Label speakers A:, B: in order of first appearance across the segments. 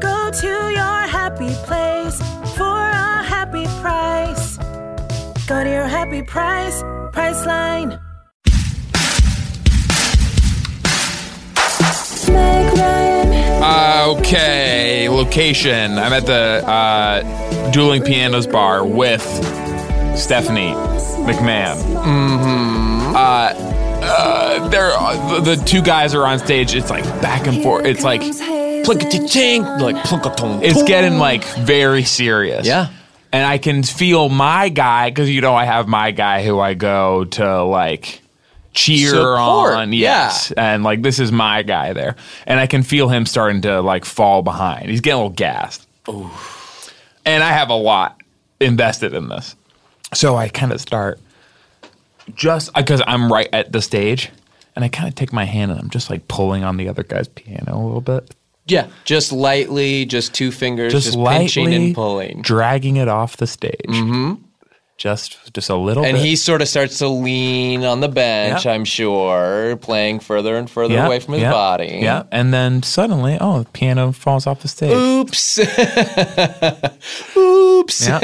A: Go to your happy place for a happy price. Go to your happy price, Priceline.
B: Uh, Okay, location. I'm at the uh, Dueling Pianos Bar with Stephanie McMahon. Mm-hmm. Uh, uh, they're, uh, the, the two guys are on stage. It's like back and forth. It's like
C: Plink-a-ting, like plunk
B: it's getting like very serious.
C: Yeah.
B: And I can feel my guy because you know I have my guy who I go to like cheer
C: Support,
B: on.
C: yeah.
B: Yes. And like this is my guy there. And I can feel him starting to like fall behind. He's getting a little gassed. And I have a lot invested in this. So I kind of start just because I'm right at the stage and I kind of take my hand and I'm just like pulling on the other guy's piano a little bit.
C: Yeah, just lightly, just two fingers, just, pinching and pulling.
B: dragging it off the stage. Mm-hmm. Just, just a little.
C: And
B: bit.
C: he sort of starts to lean on the bench,
B: Yeah.
C: I'm sure, playing further and further
B: Yeah,
C: away from his
B: yeah,
C: body.
B: Yeah, and then suddenly, oh, the piano falls off the stage.
C: Oops. Oops.
B: Yeah,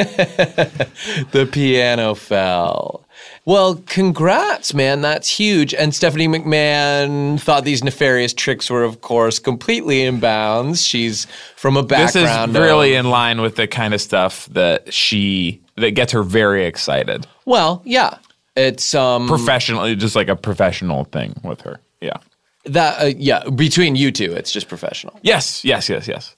C: The piano fell. Well, congrats, man. That's huge. And Stephanie McMahon thought these nefarious tricks were, of course, completely in bounds. She's from a
B: this is
C: background. of-
B: really in line with the kind of stuff that she that gets her very
C: Mm.
B: excited.
C: well, yeah. It's um
B: Professionally, just like a professional thing with her. Yeah.
C: that uh, yeah. Between you two, it's just professional.
B: Yes. Yes. Yes. Yes.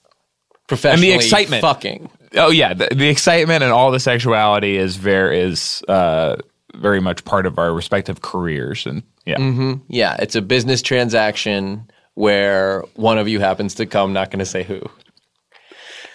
C: Professional
B: excitement.
C: Fucking.
B: Oh yeah, the, the excitement and all the sexuality is very is uh, very much part of our respective careers, and yeah,
C: Yeah, it's a business transaction where one of you happens to come. Not going to say who.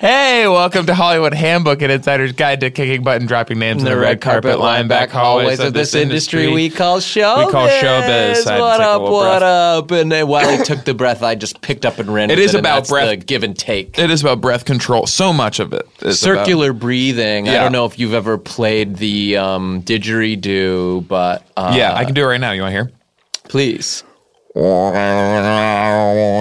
B: Hey, welcome to Hollywood Handbook and Insider's Guide to Kicking Button, Dropping Names in
C: the red carpet line back hallways of this industry we call showbiz.
B: We call showbiz. I had to
C: What
B: take a
C: up,
B: little
C: what
B: breath.
C: up? And then while he took the breath, I just picked up and ran.
B: It
C: with
B: is
C: and
B: about
C: that's
B: breath.
C: the give and take.
B: It is about breath control. So much of it is about-
C: Circular breathing. I
B: Yeah.
C: don't know if you've ever played the um, didgeridoo, but uh,
B: yeah, I can do it right now. You want to hear?
C: please.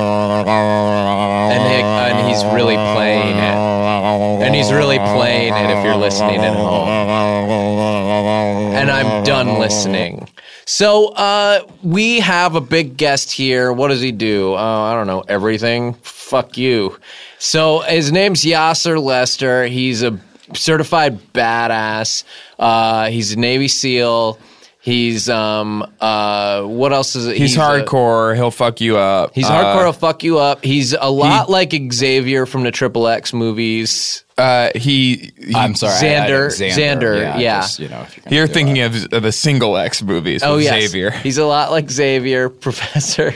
C: And, he, and he's really playing it. And he's really playing it if you're listening at home. And I'm done listening. So uh, we have a big guest here. What does he do? Uh, I don't know. Everything? Fuck you. So his name's Yasser Lester. He's a certified badass. Uh, he's a Navy SEAL. He's um uh what else is it?
B: He's,
C: a-
B: hardcore. He'll fuck you up. Uh,
C: He's hardcore. will fuck you up. He's a lot like Xavier from the Triple X movies.
B: Uh, uh, he, he-
D: I'm sorry, I- I-
C: Xander- Xander, yeah.
D: just, you know, if you're, gonna
B: You're
D: do
B: thinking of, of the single X movies.
C: Oh
B: with
C: yes,
B: Xavier.
C: He's a lot like Xavier, Professor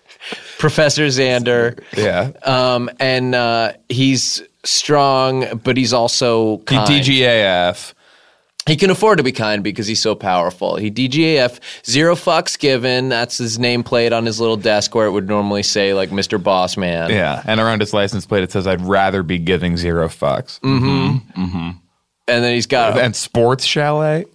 C: Professor Xander.
B: yeah.
C: Um, and uh, he's strong, but he's also
B: He
C: kind.
B: DGAF.
C: He can afford to be kind because he's so powerful. He DGAF, zero fucks given. That's his nameplate on his little desk where it would normally say like Mr. Boss Man.
B: Yeah, and around his license plate it says, "I'd rather be giving zero fucks."
C: Mm. And then he's got
B: And sports chalet.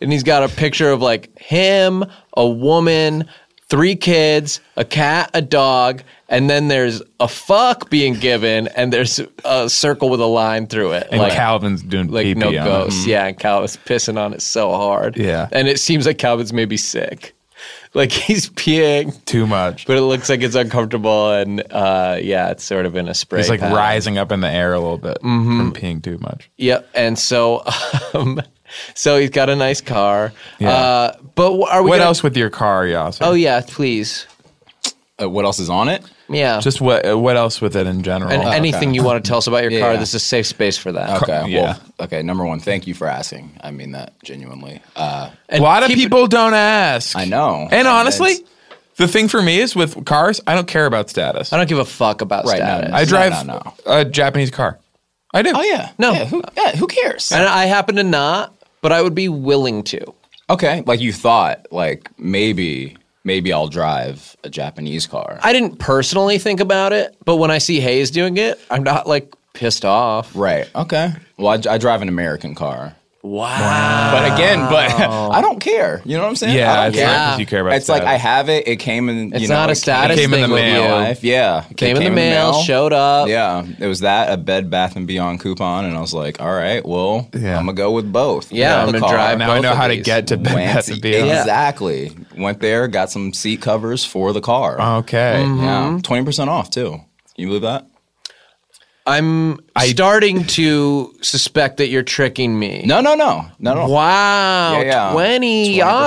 C: and he's got a picture of like him, a woman, three kids, a cat, a dog, and then there's a fuck being given, and there's a circle with a line through it.
B: And Calvin's doing
C: like
B: pee-pee
C: no
B: on it.
C: ghosts. Yeah, and Calvin's pissing on it so hard.
B: Yeah.
C: And it seems like Calvin's maybe sick. Like he's peeing,
B: Too much.
C: but it looks like it's uncomfortable and uh yeah, it's sort of in a spray.
B: It's like
C: pattern.
B: rising up in the air a little bit
C: Mm-hmm.
B: from peeing too much.
C: Yep. And so um so he's got a nice car.
B: Yeah.
C: Uh but wh- are we
B: What
C: gonna-
B: else with your car, Yasser?
C: Oh yeah, please.
D: that. Uh, what else is on it?
C: Yeah.
B: Just what uh, what else with it in general?
D: Oh,
C: and anything you want to tell us about your
D: Yeah,
C: car,
D: yeah.
C: this is a safe space for that.
D: Okay,
B: yeah.
D: well, okay. Number one, thank you for asking. I mean that genuinely. Uh,
B: a lot of people don't ask.
D: I know.
B: And honestly,
D: It's-
B: the thing for me is with cars, I don't care about status.
C: I don't give a fuck about
D: Right, no,
C: status.
D: no.
B: I drive
D: no, no.
B: a Japanese car.
C: I do.
D: Oh yeah.
C: No.
D: Yeah. Who, yeah, who cares?
C: And I happen to not, but I would be willing to.
D: Okay. Like you thought, like maybe maybe I'll drive a Japanese car.
C: I didn't personally think about it, but when I see Hayes doing it, I'm not like pissed off.
D: right. Okay. Well, I, I drive an American car.
C: Wow.
D: But again, but I don't care. You know what I'm saying?
B: Yeah,
D: I don't
B: it's
D: care.
B: not 'cause you care about
D: It's like I
B: status.
D: have it. It came in.
C: It's
D: you know,
C: not
D: it
C: a status
B: came in
C: thing
B: the
C: with
B: mail.
C: you.
D: Came, life. Yeah, it
C: Came in the mail, showed
B: Oh.
C: up.
D: Yeah, it was that a Bed Bath and Beyond coupon, and I was like, all right, well,
B: Yeah.
D: I'm gonna go with both.
C: Yeah,
D: Got
C: I'm
D: the
C: gonna drive
B: now I
C: both
B: know
C: of
B: how to
C: these.
B: get to Bed
D: Went-
B: Bath and Beyond.
D: Exactly. Went there, got some seat covers for the car.
C: Uh-huh.
B: Okay.
C: Mm-hmm.
D: Yeah, twenty percent off too. Can you believe that?
C: I'm starting to suspect that you're tricking me.
D: No, no, no, no, no.
C: Wow.
D: Yeah, yeah.
C: 20.
D: 20%. Yeah, yeah,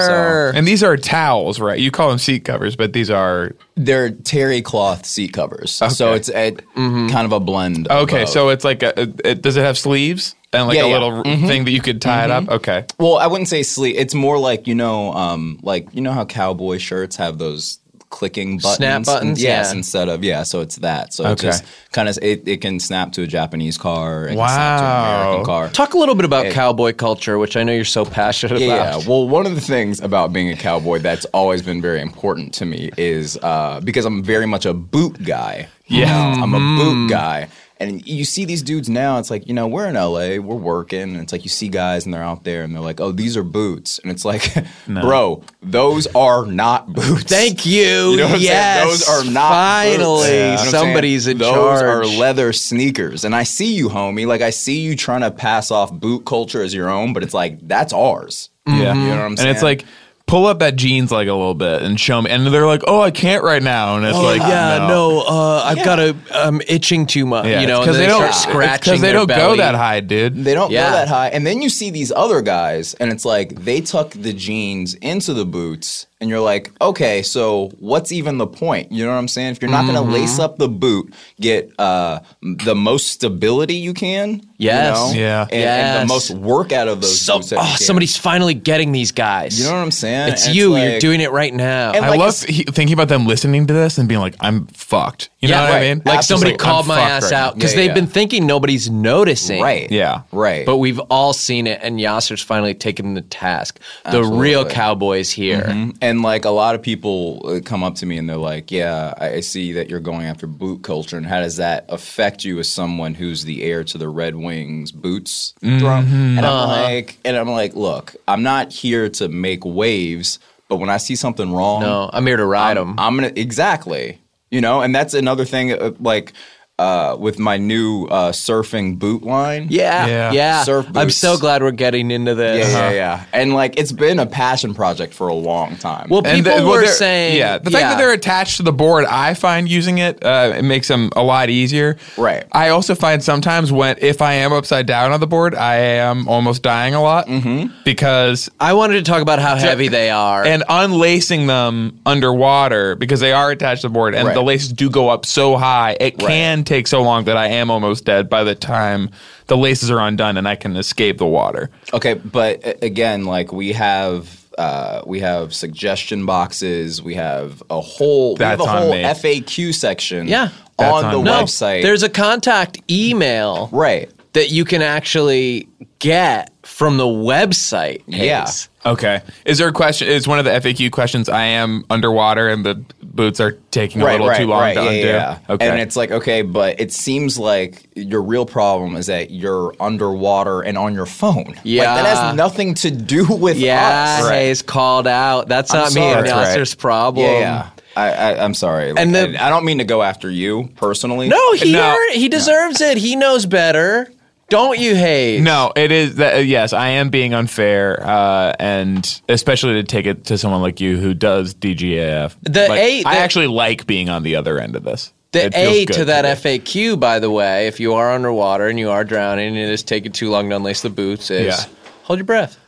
C: Yasser.
B: And these are towels, right? You call them seat covers, but these are
D: They're terry cloth seat covers, so
B: Okay.
D: it's a,
B: Mm-hmm.
D: kind of a blend. of
B: okay.
D: both.
B: So it's like a. It, it- does it have sleeves and like
D: Yeah,
B: a
D: yeah.
B: little r-
C: Mm-hmm.
B: thing that you could tie it up? Okay.
D: Well, I wouldn't say sleep. It's more like you know, um, like you know how cowboy shirts have those clicking buttons,
C: Snap buttons,
D: yes,
C: yeah.
D: instead of yeah. So it's that. So it's
B: Okay.
D: just kind of it, it can snap to a Japanese car. It can snap to an American
B: Wow.
D: car.
C: Talk a little bit about cowboy culture, which I know you're so passionate
D: yeah,
C: about.
D: yeah. Well, one of the things about being a cowboy that's always been very important to me is uh, because I'm very much a boot guy. you
B: Yeah.
D: know? I'm a
C: Mm-hmm.
D: boot guy. And you see these dudes now, it's like, you know, we're in LA, we're working. And it's like you see guys and they're out there and they're like, oh, these are boots. And it's like, bro, those are not boots.
C: Thank you.
D: You know what I'm saying?
C: yes.
D: Those are not boots.
C: Finally,
D: You know what I'm saying?
C: somebody's in
D: Those
C: charge.
D: are leather sneakers, and I see you, homie. Like I see you trying to pass off boot culture as your own, but it's like that's ours.
C: Mm-hmm.
B: Yeah.
D: You know what I'm saying?
B: And it's like. Pull up that jeans like a little bit and show me, and they're like, "Oh, I can't right now," and it's
C: Oh,
B: like,
C: yeah, no, uh, I've got a, I'm itching too much, you know,
B: because
C: and
B: they
C: then
B: don't
C: start
B: it's
C: scratching
B: 'cause they
C: their
B: don't go
C: belly.
B: that high, dude.
D: They don't
C: Yeah.
D: go that high. And then you see these other guys, and it's like they tuck the jeans into the boots, and you're like, okay, so what's even the point? You know what I'm saying? If you're not going to
C: Mm-hmm.
D: lace up the boot, get uh, m- the most stability you can. you
C: Yes.
D: know,
B: Yeah.
D: And, and
C: Yes.
D: the most work out of those
C: So,
D: boots. that you
C: oh,
D: can.
C: somebody's finally getting these guys.
D: You know what I'm saying?
C: it's
D: And
C: you.
D: like-
C: you're doing it right now.
D: And
B: I
D: like
B: love
D: it's-
B: he, thinking about them listening to this and being like, "I'm fucked." You know
C: yeah,
B: what
C: right.
B: I mean?
C: Like
B: Just
C: somebody
B: I'm
C: called my
B: fucked
C: ass
B: right
C: out because
D: Yeah,
C: they've
D: yeah.
C: been thinking nobody's noticing.
D: Right.
B: Yeah.
D: Right.
C: But we've all seen it, and Yasser's finally taken the task. The real
D: Absolutely. Mm-hmm.
C: cowboys here.
D: and like a lot of people uh, come up to me and they're like, "Yeah, I I see that you're going after boot culture, and how does that affect you as someone who's the heir to the Red Wings boots throne?"
C: Mm-hmm.
D: And I'm
C: Uh-huh.
D: like, "And I'm like, look, I'm not here to make waves, but when I see something wrong,
C: No, I'm here to ride them.
D: I'm gonna exactly, you know, and that's another thing, uh, like uh, with my new uh, surfing boot line,
C: yeah, yeah.
B: Yeah.
D: Surf
C: I'm
D: boots.
C: so glad we're getting into
D: yeah,
C: this.
B: Uh-huh.
D: yeah, yeah, and like it's been a passion project for a long time.
C: Well, people
B: the- well,
C: were
B: they're-
C: saying,
B: yeah, the fact that they're attached to the board, I find using it, uh, it makes them a lot easier.
D: Right.
B: I also find sometimes when if I am upside down on the board, I am almost dying a lot
C: Mm-hmm.
B: because
C: I wanted to talk about how heavy they are.
B: and unlacing them underwater because they are attached to the board and
D: Right.
B: the laces do go up so high it can take so long that I am almost dead by the time the laces are undone and I can escape the water.
D: Okay, but a- again, like we have uh, we have suggestion boxes, we have a whole
B: That's
D: we have a
B: on
D: whole
B: me.
D: FAQ section
C: Yeah.
B: That's
D: on,
B: on
D: the
B: me.
C: no,
D: website.
C: there's a contact email
D: right.
C: that you can actually get from the website.
D: Yeah.
C: Hayes.
B: Okay. Is there a question? Is one of the FAQ questions I am underwater and the boots are taking a
D: Right,
B: little
D: right,
B: too long
D: right,
B: to
D: yeah,
B: undo?
D: yeah, yeah.
B: Okay.
D: And it's like, okay, but it seems like your real problem is that you're underwater and on your phone.
C: Yeah.
D: Like, that has nothing to do with
C: Yeah,
D: us.
C: Hayes called out. That's not me.
D: sorry.
C: and
D: That's right.
C: Yasser's problem.
D: Yeah, yeah. I, I, I'm sorry.
C: Um, And
D: and
C: the-
D: I, I don't mean to go after you personally.
C: No, he
B: No.
C: earned- he deserves it. He knows better. Don't you, Hayes?
B: no, it is that. uh, yes, I am being unfair, uh, and especially to take it to someone like you who does DGAF.
C: The
B: Like,
C: A-
B: I
C: the-
B: actually like being on the other end of this. It
C: The
B: feels
C: A
B: good
C: to that
B: me.
C: FAQ, by the way, if you are underwater and you are drowning and it is taking too long to unlace the boots, is
B: Yeah.
C: hold your breath.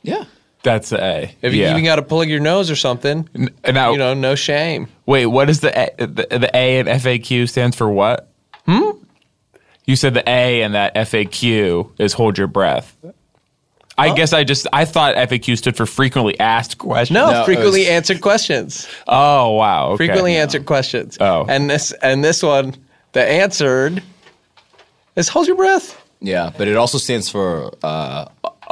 D: Yeah.
B: That's the A.
C: If you
B: yeah.
C: even got to plug your nose or something,
B: And now,
C: you know, no shame.
B: wait, what is the A, the, the A in FAQ stands for? What? Hmm. You said the A and that FAQ is hold your breath. I
C: Oh.
B: guess I just I thought FAQ stood for frequently asked questions.
C: No,
D: No, it
C: frequently
D: was-
C: answered questions.
B: Oh wow. okay.
C: Frequently answered questions.
B: Oh.
C: and this and this one, the answered It's hold your breath.
D: Yeah, but it also stands for uh,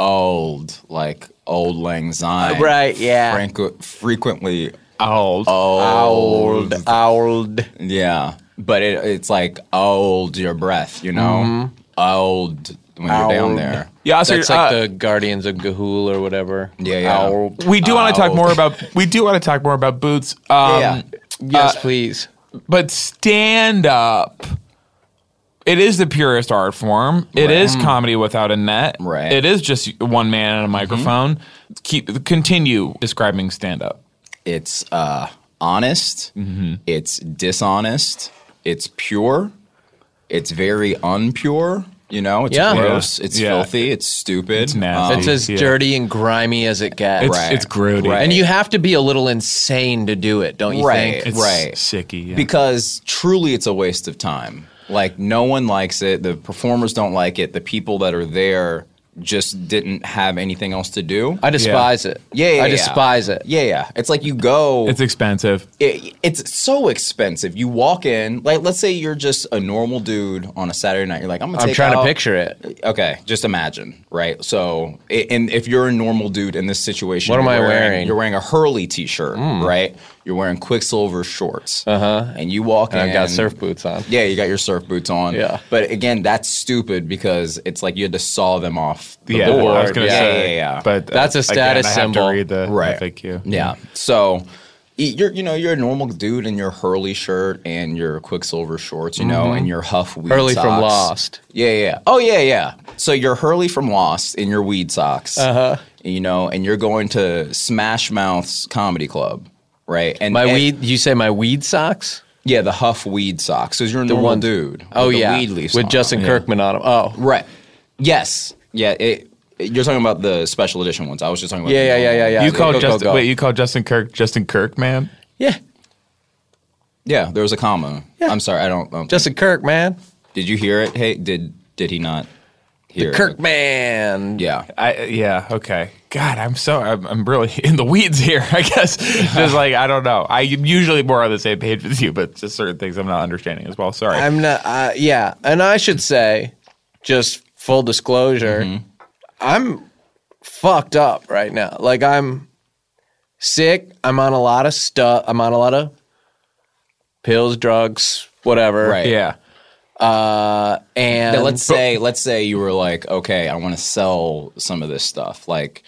D: old, like old lang syne.
C: Right, yeah.
D: Franqu- frequently,
B: Old.
C: Oh. Old, old.
D: yeah. But it, it's like old your breath, you
C: Mm-hmm.
D: know, old when you're down
C: Old.
D: there.
B: Yeah, also,
C: That's like
B: uh,
C: the Guardians of Gahul or whatever.
D: Yeah, yeah.
C: Old.
B: we do want to talk
D: Old.
B: more about we do want to talk more about boots. Um,
D: Oh. yeah,
C: Yes,
D: Uh,
C: please.
B: but stand up it is the purest art form It is comedy without a net
D: Hmm. Right. Mm-hmm.
B: it is just one man and a microphone keep continue describing stand up
D: it's uh, honest.
C: Mm-hmm.
D: It's dishonest. It's pure. It's very unpure. You know, it's
C: Yeah.
D: gross. It's
B: Yeah.
D: filthy. It's stupid.
B: It's nasty.
C: It's as
B: yeah.
C: dirty and grimy as it gets.
B: it's it's grody
D: Right.
C: And you have to be a little insane to do it, don't you
D: Right.
C: think?
B: it's
D: right.
B: sicky yeah.
D: Uh, because truly it's a waste of time. Like no one likes it. The performers don't like it. The people that are there just didn't have anything else to do.
C: I despise it.
D: yeah, yeah,
C: I
D: yeah.
C: despise it.
D: Yeah, yeah. It's like you go.
B: it's expensive
D: it, it's so expensive. You walk in, like let's say you're just a normal dude on a Saturday night. You're like, I'm gonna.
C: I'm
D: take
C: trying to
D: out-
C: picture it.
D: Okay, just imagine, right? So, i- and if you're a normal dude in this situation,
C: What am
D: you're
C: I wearing? Mm.
D: You're wearing a Hurley t-shirt, right? You're wearing Quicksilver shorts, uh huh, and you walk in.
C: Uh-huh. I've got surf boots on.
D: Yeah, you got your surf boots on.
C: Yeah.
D: but again, that's stupid because it's like you had to saw them off the
B: yeah
D: board.
B: i was gonna
D: yeah,
B: say
D: yeah, yeah,
B: but uh,
C: That's a
B: again,
C: status
B: I have
C: symbol.
B: to read the
D: Right.
B: faq
D: yeah. So y- you're you know you're a normal dude in your Hurley shirt and your Quicksilver shorts, you know, and your Huff weed
C: Mm-hmm. Hurley from
D: socks.
C: Lost.
D: Yeah, yeah, yeah. Oh yeah, yeah. So you're Hurley from Lost in your weed socks, uh-huh. you know, and you're going to Smash Mouth's comedy club, right? And
C: My
D: and-
C: weed, you say my weed socks?
D: yeah, the Huff weed socks. Because you're a normal
C: one-
D: dude.
C: Oh,
D: with the
C: yeah.
D: weed leaves
C: With
D: on.
C: Justin
D: Yeah.
C: Kirkman on them. Oh,
D: Right. Yes. Yeah. It, you're talking about the special edition ones. I was just talking about
C: yeah,
D: the
C: yeah, yeah,
D: normal
C: yeah,
D: ones.
C: yeah.
B: you call
C: Go, go,
B: justin
C: go.
B: wait you call justin kirk justin kirk man
C: Yeah.
D: Yeah, there was a comma. I'm sorry, I don't. I don't think-
C: Justin Kirk, man.
D: Did you hear it? Hey, did did he not hear
C: The
D: it?
C: Kirkman.
D: Yeah.
B: I yeah okay. God, I'm so I'm, I'm really in the weeds here. I guess just like I don't know. I'm usually more on the same page with you, but just certain things I'm not understanding as well. Sorry.
C: I'm not. Uh, yeah, and I should say, just full disclosure,
D: Mm-hmm.
C: I'm fucked up right now. Like I'm sick. I'm on a lot of stuff. I'm on a lot of pills, drugs, whatever. Uh,
D: Right.
B: yeah.
C: And
D: Now, let's say let's say you were like, okay, I want to sell some of this stuff. Like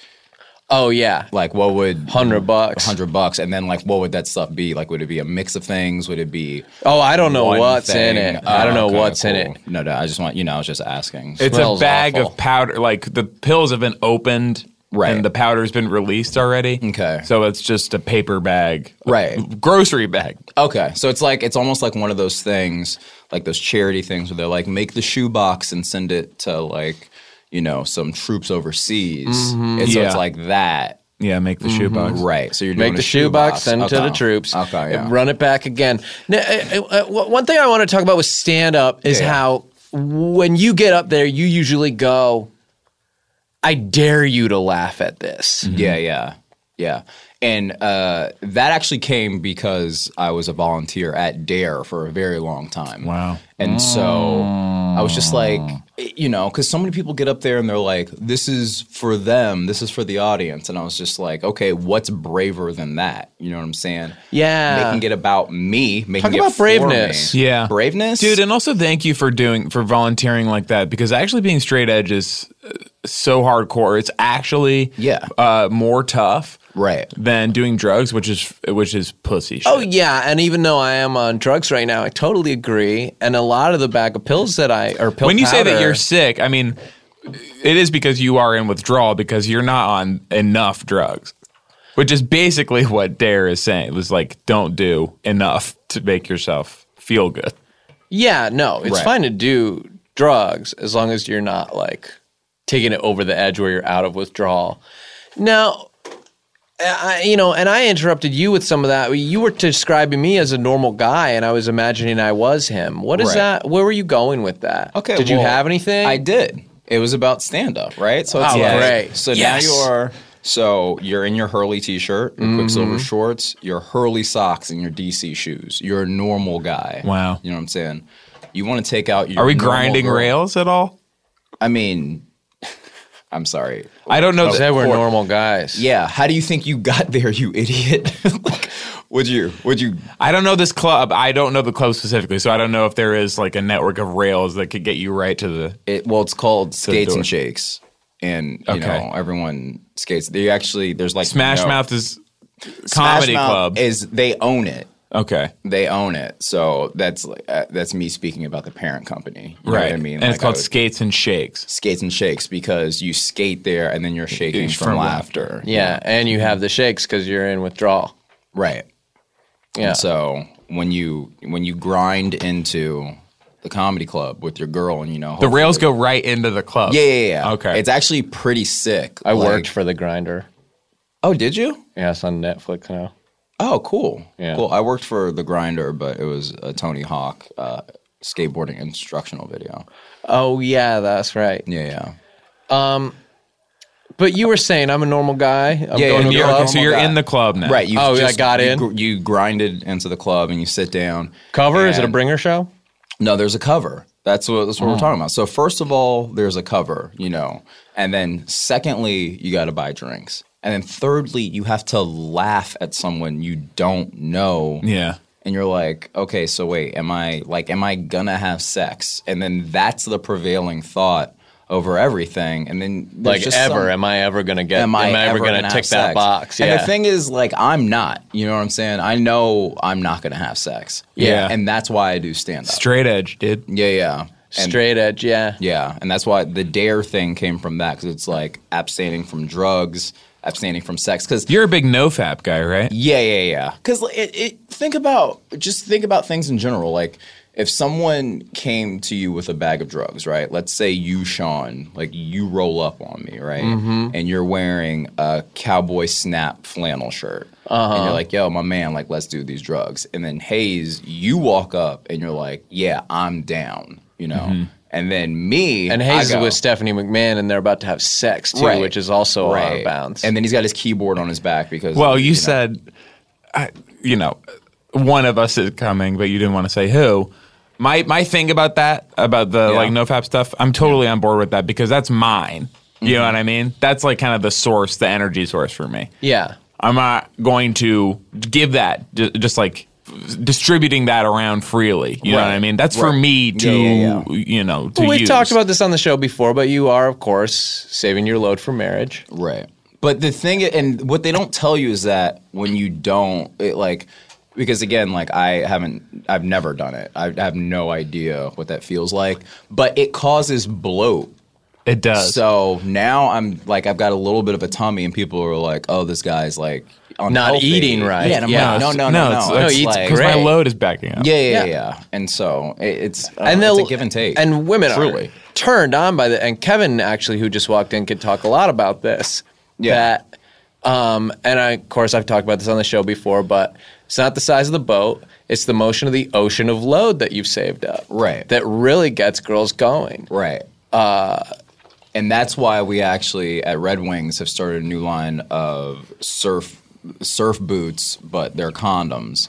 C: oh yeah,
D: like what would
C: hundred bucks.
D: hundred bucks, and then like what would that stuff be? Like would it be a mix of things? Would it be
C: Oh, I don't know
D: one
C: what's in
D: thing?
C: it.
D: Oh,
C: I don't know
D: okay,
C: what's in
D: cool.
C: it.
D: No, no, I just want you know, I was just asking.
B: It's a
C: smells
B: bag
C: awful.
B: of powder. Like the pills have been opened,
D: Right.
B: And the powder's been released already.
D: Okay.
B: So it's just a paper bag,
D: Right.
B: Grocery bag.
D: Okay, so it's like it's almost like one of those things, like those charity things where they're like, make the shoebox and send it to like, you know, some troops overseas.
C: Mm-hmm.
D: And so it's
B: Yeah.
D: like that,
B: Yeah, make the shoebox.
D: right? So you're doing
C: Make
D: a
C: the shoebox, send it to
D: Okay.
C: the troops,
D: Okay, yeah.
C: run it back again. Now, uh, uh, uh, one thing I want to talk about with stand up is
D: Yeah, yeah.
C: how when you get up there, you usually go, I dare you to laugh at this.
B: Mm-hmm.
D: Yeah, yeah, yeah. And uh, that actually came because I was a volunteer at Dare for a very long time.
B: Wow.
D: And so I was just like,
C: Mm.
D: you know, because so many people get up there and they're like, this is for them, this is for the audience. And I was just like, okay, what's braver than that? You know what I'm saying?
C: Yeah.
D: Making it about me, making
C: Talk
D: it
C: about
D: for
C: braveness.
D: me.
B: Yeah.
D: Braveness?
B: Dude, and also thank you for doing for volunteering like that because actually being straight edge is uh, so hardcore. It's actually
D: Yeah.
B: uh, more tough
D: Right.
B: than doing drugs, which is which is pussy shit.
C: Oh, yeah. And even though I am on drugs right now, I totally agree. And a lot of the bag of pills that I, or pill
B: when you say that
C: powder-
B: you're sick, I mean it is because you are in withdrawal because you're not on enough drugs. Which is basically what Dare is saying. It was like don't do enough to make yourself feel good.
C: Yeah, no, it's
D: Right.
C: fine to do drugs as long as you're not like taking it over the edge where you're out of withdrawal. Now, I, you know, and I interrupted you with some of that. You were describing me as a normal guy, and I was imagining I was him. What is
D: Right.
C: that? Where were you going with that?
D: Okay.
C: Did you
D: well,
C: have anything?
D: I did. It was about stand up, right? So it's
C: Oh,
D: like,
C: great.
D: So
C: Yes.
D: now you are. So you're in your Hurley t-shirt, your
B: Mm-hmm.
D: Quicksilver shorts, your Hurley socks, and your DC shoes. You're a normal guy.
B: Wow.
D: You know what I'm saying? You want to take out your.
B: Are we
D: normal
B: grinding
D: girl-
B: rails at all?
D: I mean, I'm sorry.
B: I don't know.
C: They
B: That
C: Oh, were normal guys.
D: Yeah, how do you think you got there, you idiot? like, would you? Would you?
B: I don't know this club. I don't know the club specifically, so I don't know if there is like a network of rails that could get you right to the.
D: It, well, it's called skates
B: door.
D: and shakes, and you
B: Okay.
D: know everyone skates. They actually there's like
B: Smash
D: no-
B: Mouth is comedy
D: Smash Mouth
B: club.
D: is they own it.
B: okay,
D: They own it. So that's like, uh, that's me speaking about the parent company. You know
B: right.
D: what I mean,
B: and
D: Like,
B: it's called
D: I would-
B: Skates and Shakes.
D: skates and shakes because you skate there and then you're shaking
B: It's
D: from,
B: from
D: laughter.
C: Yeah, and you have the shakes because you're in withdrawal.
D: Right.
C: Yeah.
D: And so when you when you grind into the comedy club with your girl and you know
B: The rails go right into the club.
D: Yeah, yeah, yeah.
B: Okay.
D: It's actually pretty sick.
C: I
D: Like-
C: worked for the grinder.
D: Oh, did you?
C: Yeah, it's on Netflix now.
D: Oh, cool.
C: Yeah.
D: Cool. I worked for the grinder, but it was a Tony Hawk uh, skateboarding instructional video.
C: Oh yeah, that's right.
D: Yeah, yeah.
C: But you were saying I'm a normal guy. I'm
D: Yeah,
C: going
D: and
C: to
B: You're-
C: club.
B: okay, so you're in the club now.
D: Oh Right. You
C: Oh, yeah, I got
D: you
C: in?
D: gr- You grinded into the club and you sit down.
C: cover. Is it a
D: and-
C: bringer show?
D: No, there's a cover. That's what that's what
C: Mm.
D: we're talking about. So first of all, there's a cover, you know, and then secondly, you got to buy drinks, and then thirdly, you have to laugh at someone you don't know.
B: Yeah.
D: And you're like, okay, so wait, am I like, am I gonna have sex? And then that's the prevailing thought over everything. And then there's
C: Like
D: just
C: ever?
D: some-
C: am I ever gonna get?
D: am I, ever,
C: gonna,
D: have
C: tick that
D: sex?
C: box?
D: And
C: Yeah.
D: the thing is, like, I'm not. You know what I'm saying? I know I'm not gonna have sex.
B: Yeah.
D: and that's why I do stand up.
B: Straight edge, dude.
D: Yeah, yeah. And-
C: Straight edge. Yeah.
D: yeah, and that's why the dare thing came from that because it's like abstaining from drugs, abstaining from sex. Because
B: You're a big nofap guy, right?
D: yeah, yeah, yeah. Because it, it, think about just think about things in general. Like if someone came to you with a bag of drugs, right? Let's say you, Sean, like you roll up on me, right?
C: Mm-hmm.
D: And you're wearing a cowboy snap flannel shirt,
C: Uh-huh.
D: and you're like, "Yo, my man, like let's do these drugs." And then Hayes, you walk up and you're like, "Yeah, I'm down," you know. And then me
C: Mm-hmm. And
D: I
C: Hayes is
D: go.
C: with Stephanie McMahon, and they're about to have sex too,
D: Right.
C: which is also out of
D: Right.
C: bounds.
D: And then he's got his keyboard on his back because.
B: Well, you,
D: know,
B: said, I, you know, one of us is coming, but you didn't want to say who. My my thing about that about the
D: Yeah.
B: like nofap stuff, I'm totally on board with that because that's mine. You
D: Mm-hmm.
B: know what I mean? That's like kind of the source, the energy source for me.
C: yeah.
B: I'm not going to give that d- just like distributing that around freely. You know what I
D: Right.
B: mean? That's for
D: Right.
B: me to
D: Yeah, yeah,
B: you know to
C: Well, we've
B: use.
C: talked about this on the show before, but you are, of course, saving your load for marriage.
D: Right. But the thing, and what they don't tell you is that when you don't, it like, because again, like I haven't, I've never done it. I have no idea what that feels like, but it causes bloat.
B: it does.
D: So now I'm like, I've got a little bit of a tummy, and people are like, oh, this guy's like, unhealthy.
C: eating right.
D: Yeah, and I'm
C: Yeah.
D: like, no,
B: no,
D: no, no, no.
B: it's-
C: No,
B: it's
C: he eats
D: like,
B: because my
C: great.
B: load is backing up.
D: yeah, yeah,
C: Yeah.
D: yeah, yeah. And so it, it's, uh,
C: and they'll
D: it's a give and take.
C: And women
D: Truly.
C: are turned on by the and Kevin actually, who just walked in, could talk a lot about this.
D: Yeah.
C: That, um, and I, of course, I've talked about this on the show before, but it's not the size of the boat; it's the motion of the ocean of load that you've saved up,
D: Right.
C: That really gets girls going.
D: Right. Uh, and that's why we actually at Red Wings have started a new line of surf surf boots, but they're condoms.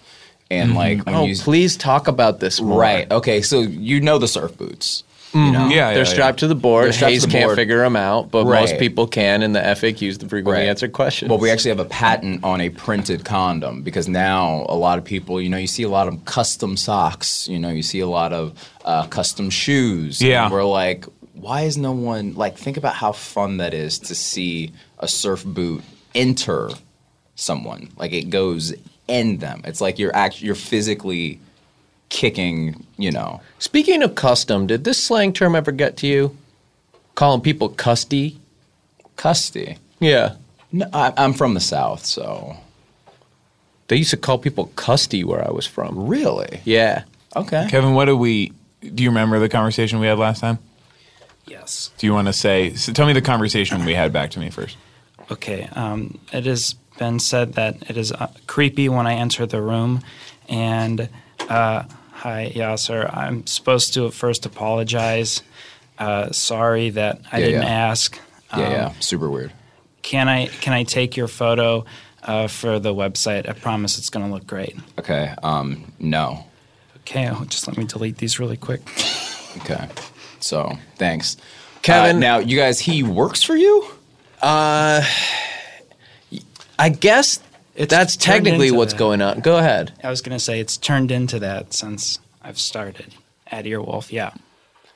D: And like when
C: Oh,
D: you
C: please talk about this more.
D: right, okay, so you know the surf boots.
C: Mm-hmm.
B: yeah,
C: They're strapped to the board.
D: They're strapped to
C: Hayes
D: the
C: can't
D: board.
C: figure them out, but most
D: Right.
C: people can in the FAQs, the frequently
D: Right.
C: answered questions.
D: Well, we actually have a patent on a printed condom because now a lot of people, you know, you see a lot of custom socks, you know, you see a lot of uh, custom shoes. And
B: Yeah.
D: we're like, why is no one, like, think about how fun that is to see a surf boot enter someone. Like, it goes in them. It's like you're act- you're physically kicking, you know.
C: Speaking of custom, did this slang term ever get to you? Calling people custy?
D: Custy.
C: Yeah.
D: No, I, I'm from the South, so.
C: They used to call people custy where I was from.
D: Really?
C: Yeah.
D: Okay.
B: Kevin, what do we? Do you remember the conversation we had last time?
E: Yes.
B: Do you want to say? So tell me the conversation we had back to me first.
E: Okay. Um, it has been said that it is uh, creepy when I enter the room, and uh, hi, Yasser. I'm supposed to at first apologize. Uh, sorry that I
D: Yeah,
E: didn't
D: yeah.
E: ask. Um,
D: Yeah, yeah. Super weird.
E: Can I can I take your photo uh, for the website? I promise it's going to look great.
D: Okay. Um, no.
E: okay, oh, just let me delete these really quick.
D: Okay. So thanks,
C: Kevin-
D: Uh, now you guys, he works for you.
C: I guess
E: It's
C: that's
E: turned
C: technically
E: into
C: what's
E: that.
C: going on. Go ahead.
E: I was gonna say it's turned into that since I've started at Earwolf. Yeah,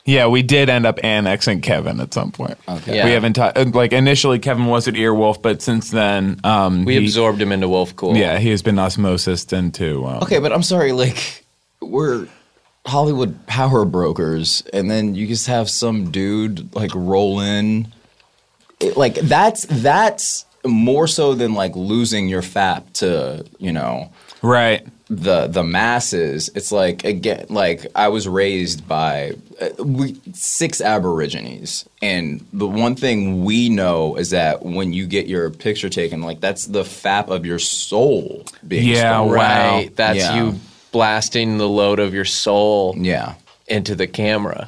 B: Yeah, we did end up annexing Kevin at some point.
D: Okay.
C: Yeah.
B: We haven't ta- uh, like initially Kevin was at Earwolf, but since then um,
C: We
B: he-
C: absorbed him into Wolf Cool.
B: Yeah, he has been osmosis into. Um,
D: Okay, but I'm sorry. Like we're Hollywood power brokers, and then you just have some dude like roll in. It- like that's that's more so than like losing your fap to you know
B: Right.
D: the the masses it's like again like i was raised by uh, we six aborigines and the one thing we know is that when you get your picture taken like that's the fap of your soul being
B: Yeah,
D: stolen.
C: Right.
B: Wow.
C: That's
D: Yeah.
C: you blasting the load of your soul
D: yeah
C: into the camera.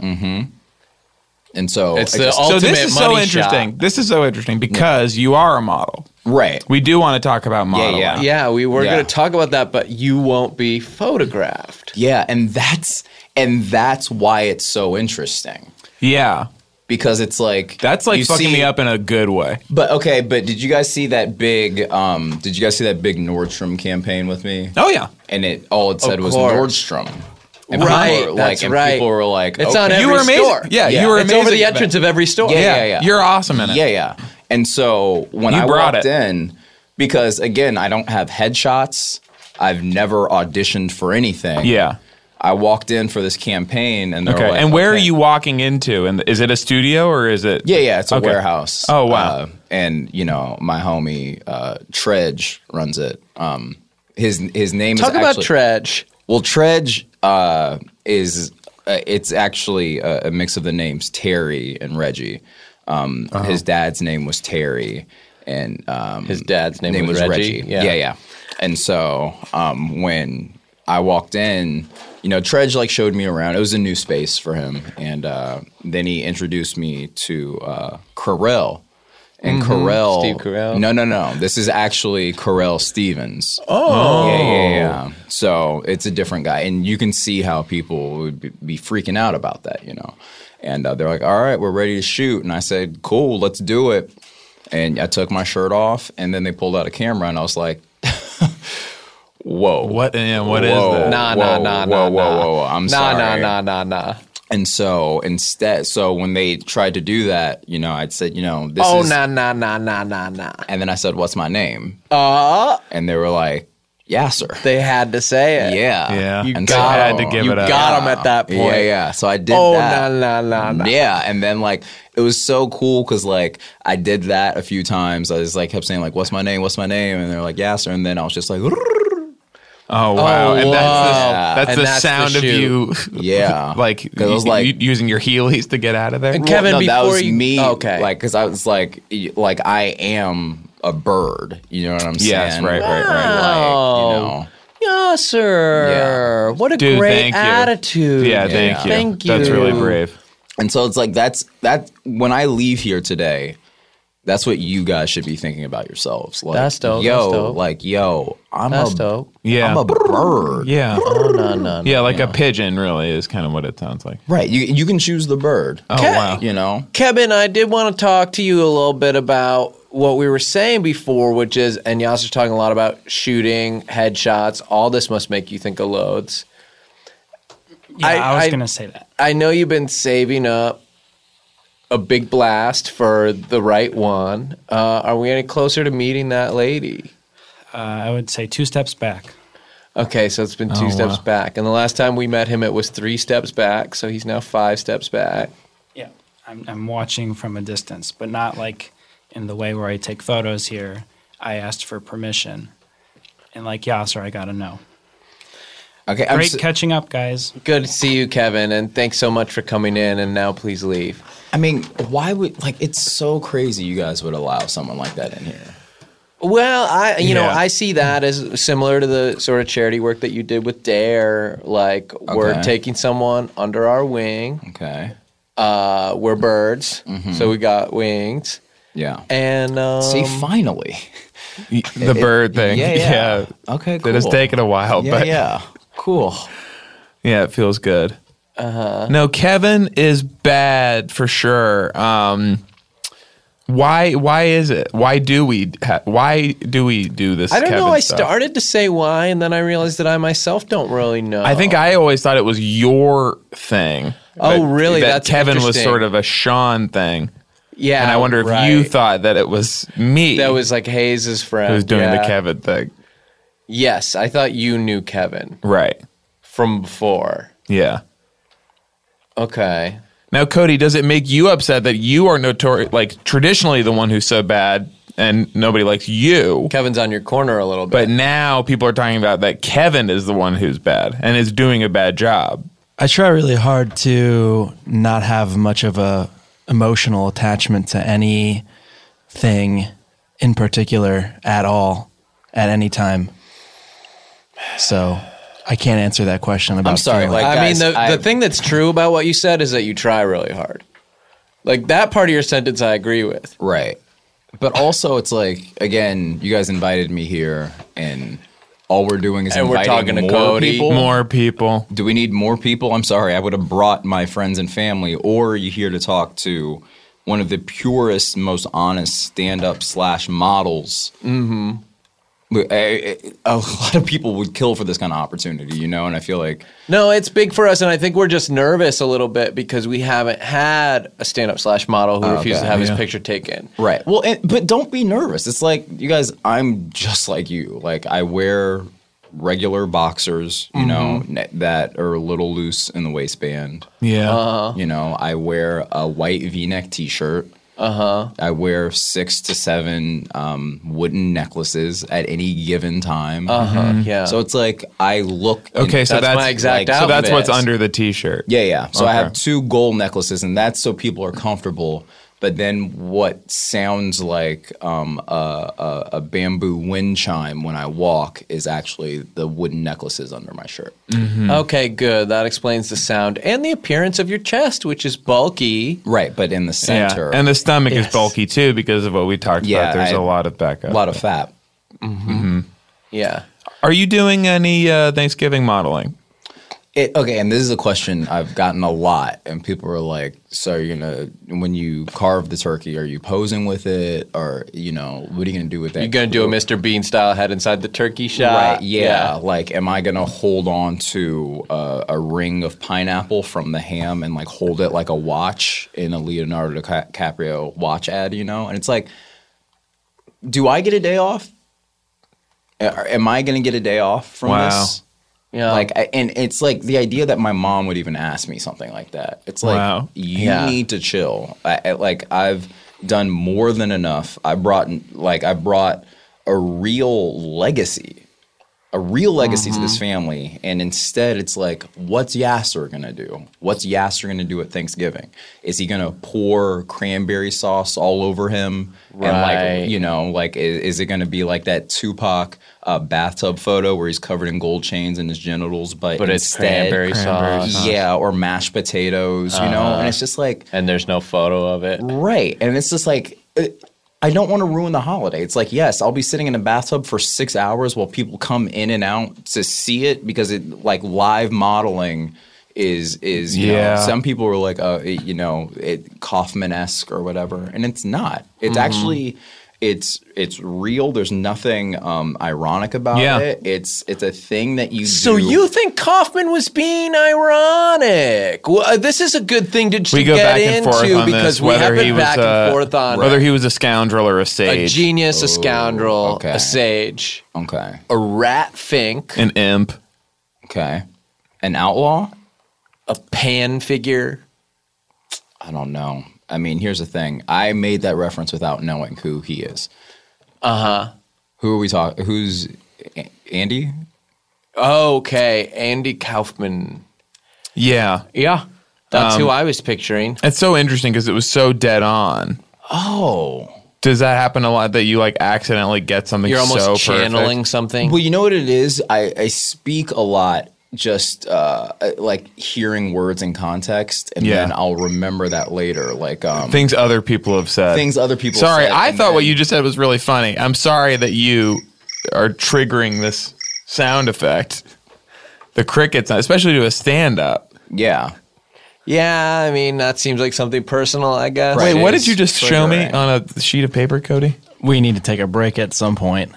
D: and so
C: It's
D: I
C: the
D: just-
C: ul-
B: So this
C: Ultimate
B: is so
C: money
B: interesting.
C: shot.
B: This is so interesting because you are a model.
D: right
B: We do want to talk about modeling.
D: yeah.
C: Yeah, we were
D: Yeah.
C: going to talk about that, but you won't be photographed.
D: yeah and that's and that's why it's so interesting
B: Yeah.
D: because it's like
B: That's like
D: you
B: fucking
D: see-
B: me up in a good way.
D: But okay, but did you guys see that big? Um, did you guys see that big Nordstrom campaign with me?
B: Oh yeah.
D: And it all it said was
C: course.
D: Nordstrom. And
C: Right,
D: people were
C: that's
D: like, and
C: right.
D: People were like,
C: It's
D: okay.
C: on every
B: You were amazing.
C: store.
B: Yeah,
D: Yeah.
B: you were
C: It's
B: amazing.
C: over the entrance of every store.
D: Yeah, yeah, yeah.
B: You're awesome in it.
D: Yeah, yeah. And so when
B: You
D: I
B: brought
D: walked
B: it.
D: in, because again, I don't have headshots. I've never auditioned for anything.
B: Yeah.
D: I walked in for this campaign, and they're
B: Okay.
D: like,
B: and where are
D: okay.
B: you walking into? And is it a studio or is it?
D: Yeah, yeah, it's a
B: Okay.
D: warehouse.
B: Oh, wow.
D: Uh, and you know, my homie uh, Tredge runs it. Um, his his name
C: Talk
D: is
C: about
D: actually-
C: Tredge.
D: Well, Tredge uh, is uh, it's actually a, a mix of the names Terry and Reggie. Um, His dad's name was Terry, and um,
C: His dad's name was Reggie, yeah.
D: Yeah. yeah, And so um, when I walked in, you know, Tredge like showed me around. It was a new space for him, and uh, then he introduced me to uh, Carell. And Mm-hmm. Carell,
C: Steve Carell.
D: No, no, no. This is actually Carell Stevens. Oh, yeah, yeah, yeah. So it's a different guy, and you can see how people would be, be freaking out about that, you know. And uh, they're like, "All right, we're ready to shoot," and I said, "Cool, let's do it." And I took my shirt off, and then they pulled out a camera, and I was like, "Whoa,
B: What? Yeah, what is
D: Whoa.
B: that?
C: Nah,
D: Whoa,
C: nah, nah, nah,
D: whoa, whoa,
C: nah.
D: whoa, whoa. I'm
C: nah,
D: sorry.
C: Nah, nah, nah, nah.
D: And so instead, so when they tried to do that, you know, I'd said, you know, this
C: Oh,
D: is.
C: nah, nah, nah, nah, nah, nah.
D: And then I said, what's my name? Uh. And they were like, yeah, sir.
C: They had to say it.
D: yeah.
B: Yeah. uh, You
D: And
B: got
D: so-
B: had to give
C: you
B: it up.
C: got him at that point.
D: Yeah, yeah. So I did
C: Oh,
D: that.
C: nah, nah, nah, nah.
D: Yeah. And then, like, it was so cool because, like, I did that a few times. I just, like, kept saying, like, what's my name? What's my name? And they're like, yeah, sir. And then I was just like,
B: Oh wow! and
C: wow.
B: that's the, that's
C: And
B: the
C: that's the
B: sound of you,
D: yeah.
B: like,
D: it was
B: you-
D: like,
B: you- using your heelys to get out of there.
C: And Kevin,
D: Well, no,
C: before
D: that was
C: you,
D: me.
C: okay,
D: Like, because I was like, y- like I am a bird. You know what I'm
B: Yes,
D: saying?
B: right, right, right.
D: Like, you
C: Wow.
D: know.
C: yes, sir. What a
B: Dude,
C: great
B: thank you.
C: attitude.
B: Yeah, thank
D: Yeah.
B: you.
C: Thank
B: That's
C: you.
B: really brave.
D: And so it's like that's that. When I leave here today, that's what you guys should be thinking about yourselves. Like,
C: That's dope,
D: Yo,
C: that's dope.
D: like, yo, I'm
C: That's
D: a,
C: dope.
B: Yeah,
D: I'm a bird.
B: yeah,
C: Oh, no, no, no.
B: yeah. Like a pigeon, really, is kind of what it sounds like.
D: Right. You you can choose the bird.
B: Oh wow!
D: You know.
C: Kevin, I did want to talk to you a little bit about what we were saying before, which is, and Yas are talking a lot about shooting, headshots. All this must make you think of loads.
E: yeah.
C: I-
E: I, was
C: I-
E: gonna say that.
C: I know you've been saving up a big blast for the right one. Uh, are we any closer to meeting that lady?
E: Uh, I would say two steps back.
C: Okay, so it's been two steps back. And the last time we met him, it was three steps back. So he's now five steps back.
E: Yeah, I'm, I'm watching from a distance, but not like in the way where I take photos here. I asked for permission, and like Yasser, I gotta know.
D: Okay. I'm
E: Great
D: s-
E: catching up, guys.
C: Good to see you, Kevin. And thanks so much for coming in. And now please leave.
D: I mean, why would like? It's so crazy. You guys would allow someone like that in here.
C: Well, I you know
B: Yeah.
C: I see that as similar to the sort of charity work that you did with Dare. Like we're
D: Okay.
C: taking someone under our wing.
D: Okay.
C: Uh, we're birds, so we got wings.
D: Yeah.
C: And um,
D: See, finally.
B: The bird thing.
D: yeah, yeah. Okay. Cool.
B: That has taken a while,
D: Yeah,
B: but
D: yeah. Cool.
B: Yeah, it feels good. Uh-huh. No, Kevin is bad for sure. Um, why? Why is it? Why do we? Ha- why do we do this?
C: I don't
B: Kevin
C: know. I
B: stuff?
C: started to say why, and then I realized that I myself don't really know.
B: I think I always thought it was your thing.
C: Oh,
B: that-
C: really?
B: That
C: That's
B: Kevin was
C: interesting.
B: sort of a Sean thing,
C: yeah,
B: and I wonder if you
C: right.
B: thought that it was me
C: that was like Hayes's friend
B: who was doing
C: yeah.
B: the Kevin thing,
C: Yes, I thought you knew Kevin
B: right?
C: from before.
B: Yeah.
C: Okay.
B: Now, Cody, does it make you upset that you are notorious, like traditionally the one who's so bad and nobody likes you?
C: Kevin's on your corner a little bit.
B: But now people are talking about that Kevin is the one who's bad and is doing a bad job.
F: I try really hard to not have much of a emotional attachment to any thing in particular at all at any time. So I can't answer that question about.
D: I'm sorry,
F: feeling.
D: like-
C: I
D: guys,
C: mean, the,
D: I-
C: the thing that's true about what you said is that you try really hard. Like that part of your sentence, I agree with.
D: Right. But also, it's like again, you guys invited me here, and all we're doing is
C: And we're talking
D: inviting
C: to
D: more
C: Cody.
D: people.
B: More people.
D: Do we need more people? I'm sorry, I would have brought my friends and family. Or are you here to talk to one of the purest, most honest stand-up slash models? Mm-hmm. A, a lot of people would kill for this kind of opportunity, you know. And I feel like
C: No, it's big for us, and I think we're just nervous a little bit because we haven't had a stand-up slash model who refused to have his picture taken.
D: Right. Well, and, but don't be nervous. It's like you guys. I'm just like you. Like I wear regular boxers, you know, ne- that are a little loose in the waistband.
B: Yeah.
D: You know, I wear a white V-neck T-shirt. Uh huh. I wear six to seven um, wooden necklaces at any given time. Uh huh.
C: Uh-huh. Yeah.
D: So
C: So
D: it's like I look.
B: okay, so
C: That's
B: that's,
C: my exact
B: So that's
C: outfit.
B: what's under the T-shirt.
D: Yeah, yeah. So I
B: Okay.
D: have two gold necklaces, and that's so people are comfortable. But then what sounds like um, a, a, a bamboo wind chime when I walk is actually the wooden necklaces under my shirt.
C: okay, good. That explains the sound and the appearance of your chest, which is bulky.
D: Right, but in the center,
B: Yeah. And the stomach
F: Yes.
B: is bulky too because of what we talked
D: Yeah,
B: about. There's
D: I-
B: a lot of backup.
D: a lot of fat.
C: Yeah.
B: Are you doing any uh, Thanksgiving modeling?
D: It, okay, and this is a question I've gotten a lot, and people are like, "So you're gonna when you carve the turkey, are you posing with it, or you know, what are you gonna do with that?"
C: You're gonna do a Mr. Bean style head inside the turkey shop.
D: right, yeah. Like, am I gonna hold on to a, a ring of pineapple from the ham and like hold it like a watch in a Leonardo Dica- DiCaprio watch ad? You know, and it's like, do I get a day off? A- Am I gonna get a day off from
B: Wow.
D: this?
C: Yeah.
D: Like, I, and it's like the idea that my mom would even ask me something like that. It's like
B: Wow.
D: you
C: Yeah.
D: need to chill. I, I- like I've done more than enough. I brought like I brought a real legacy, a real legacy to this
C: Mm-hmm.
D: family. And instead, it's like, what's Yasser gonna do? What's Yasser gonna do at Thanksgiving? Is he gonna pour cranberry sauce all over him? And
C: Right.
D: like you know, like i- is, it gonna be like that Tupac uh, bathtub photo where he's covered in gold chains and his genitals, but
C: But it's
D: instead-
C: cranberry, sauce, Uh-huh.
D: yeah, or mashed potatoes, you know? And it's just like,
C: and there's no photo of it.
D: right. And it's just like, it, I don't want to ruin the holiday. It's like, yes, I'll be sitting in a bathtub for six hours while people come in and out to see it because it, like, live modeling is, is, you know,
B: Yeah.
D: some people were like, uh, it- you know, it Kaufman esque or whatever. And it's not. It's actually, it's it's real. There's nothing um, ironic about
B: Yeah.
D: it. It's it's a thing that you
C: So
D: do.
C: you think Kaufman was being ironic? Well, uh, this is a good thing to, to
B: we go
C: get
B: back and
C: into
B: forth on
C: because
B: this,
C: we have
B: whether
C: been
B: he was
C: back
B: uh,
C: and forth on
B: whether he was a scoundrel or a
C: a
B: sage,
C: genius, a scoundrel,
D: Oh, okay.
C: a sage,
D: okay?
C: a rat fink,
B: an imp.
D: Okay. An outlaw?
C: a pan figure.
D: I don't know. I mean, here's the thing. I made that reference without knowing who he is. Uh huh.
F: Uh-huh.
D: Who are we talking? Who's A- Andy?
C: Okay, Andy Kaufman.
B: Yeah,
C: Yeah, that's who
D: Um,
C: I was picturing.
B: it's so interesting because it was so dead on.
D: Oh.
B: Does that happen a lot that you like accidentally get something?
C: You're almost
B: so
C: channeling something.
D: Well, you know what it is. I, I speak a lot, just uh, like hearing words in context, and
B: Yeah.
D: then I'll remember that later. Like um,
B: perfect? things other people have said.
D: Things other people
B: Sorry,
D: said,
B: I
D: and
B: thought what
D: then-
B: you just said was really funny. I'm sorry that you are triggering this sound effect. The crickets, especially to a stand up.
D: Yeah.
C: Yeah, I mean that seems like something personal, I guess.
B: Wait, what did
D: is
B: you just
D: further
B: show me
D: right.
B: on a sheet of paper, Cody?
F: We need to take a break at some point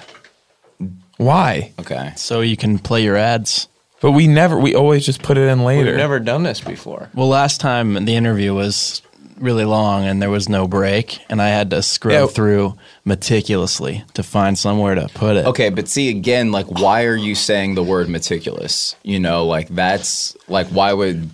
B: Why?
D: Okay.
F: so you can play your ads.
B: But we never, we always just put it in later.
C: We've never done this before.
F: Well, last time the interview was really long and there was no break, and I had to scrub
B: Yeah.
F: through meticulously to find somewhere to put it.
D: Okay, but see again, like why are you saying the word meticulous? You know, like that's like why would